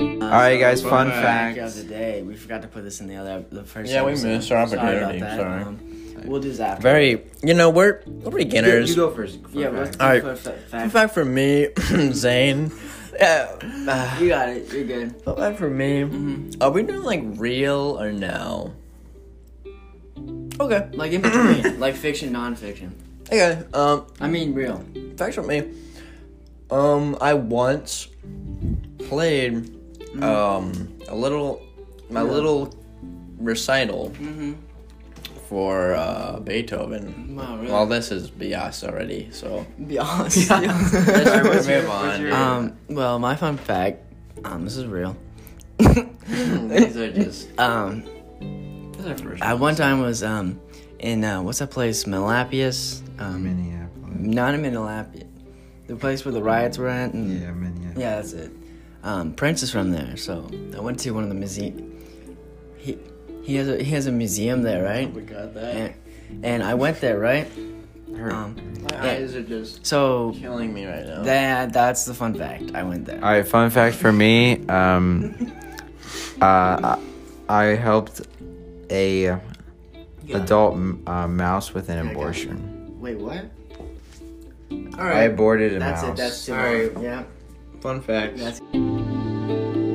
All right, guys. Fun Fun fact fact. of the day. We forgot to put this in the other the first. Yeah, we episode. missed our opportunity, sorry. Um, we'll do that. after. Very, you know, we're we're You, beginners. you go first. Yeah, let's do All right. fun fa- Fun fact. fact for me, Zane. Uh, uh, You got it. You're good. fun fact for me. Are we doing like real or no? Okay. Like in between, like fiction, non-fiction. Okay. Um, I mean, real. facts for me. Um, I once played um a little my little recital for uh, Beethoven. Wow, really. Well, this is Bias already, so be honest. Alright, we'll what's move on. your- um. Well, my fun fact. Um. This is real. These are just. Um. These are first. At one time was um in uh, what's that place? Melapius. Um. Minneapolis. Not in Melapius. The place where the riots were at. And, Yeah, Minneapolis. Yeah, that's it. Um, Prince is from there, so I went to one of the museum. He he has a he has a museum there, right? We got And, and I went there, right? Um, My eyes are just so killing me right now. that that's the fun fact. I went there. All right. Fun fact for me. Um, uh, I- I helped a adult m- uh, mouse with an abortion. Wait, what? All I aborted a that's mouse. it. That's it. All right. Yeah. Fun fact. That's-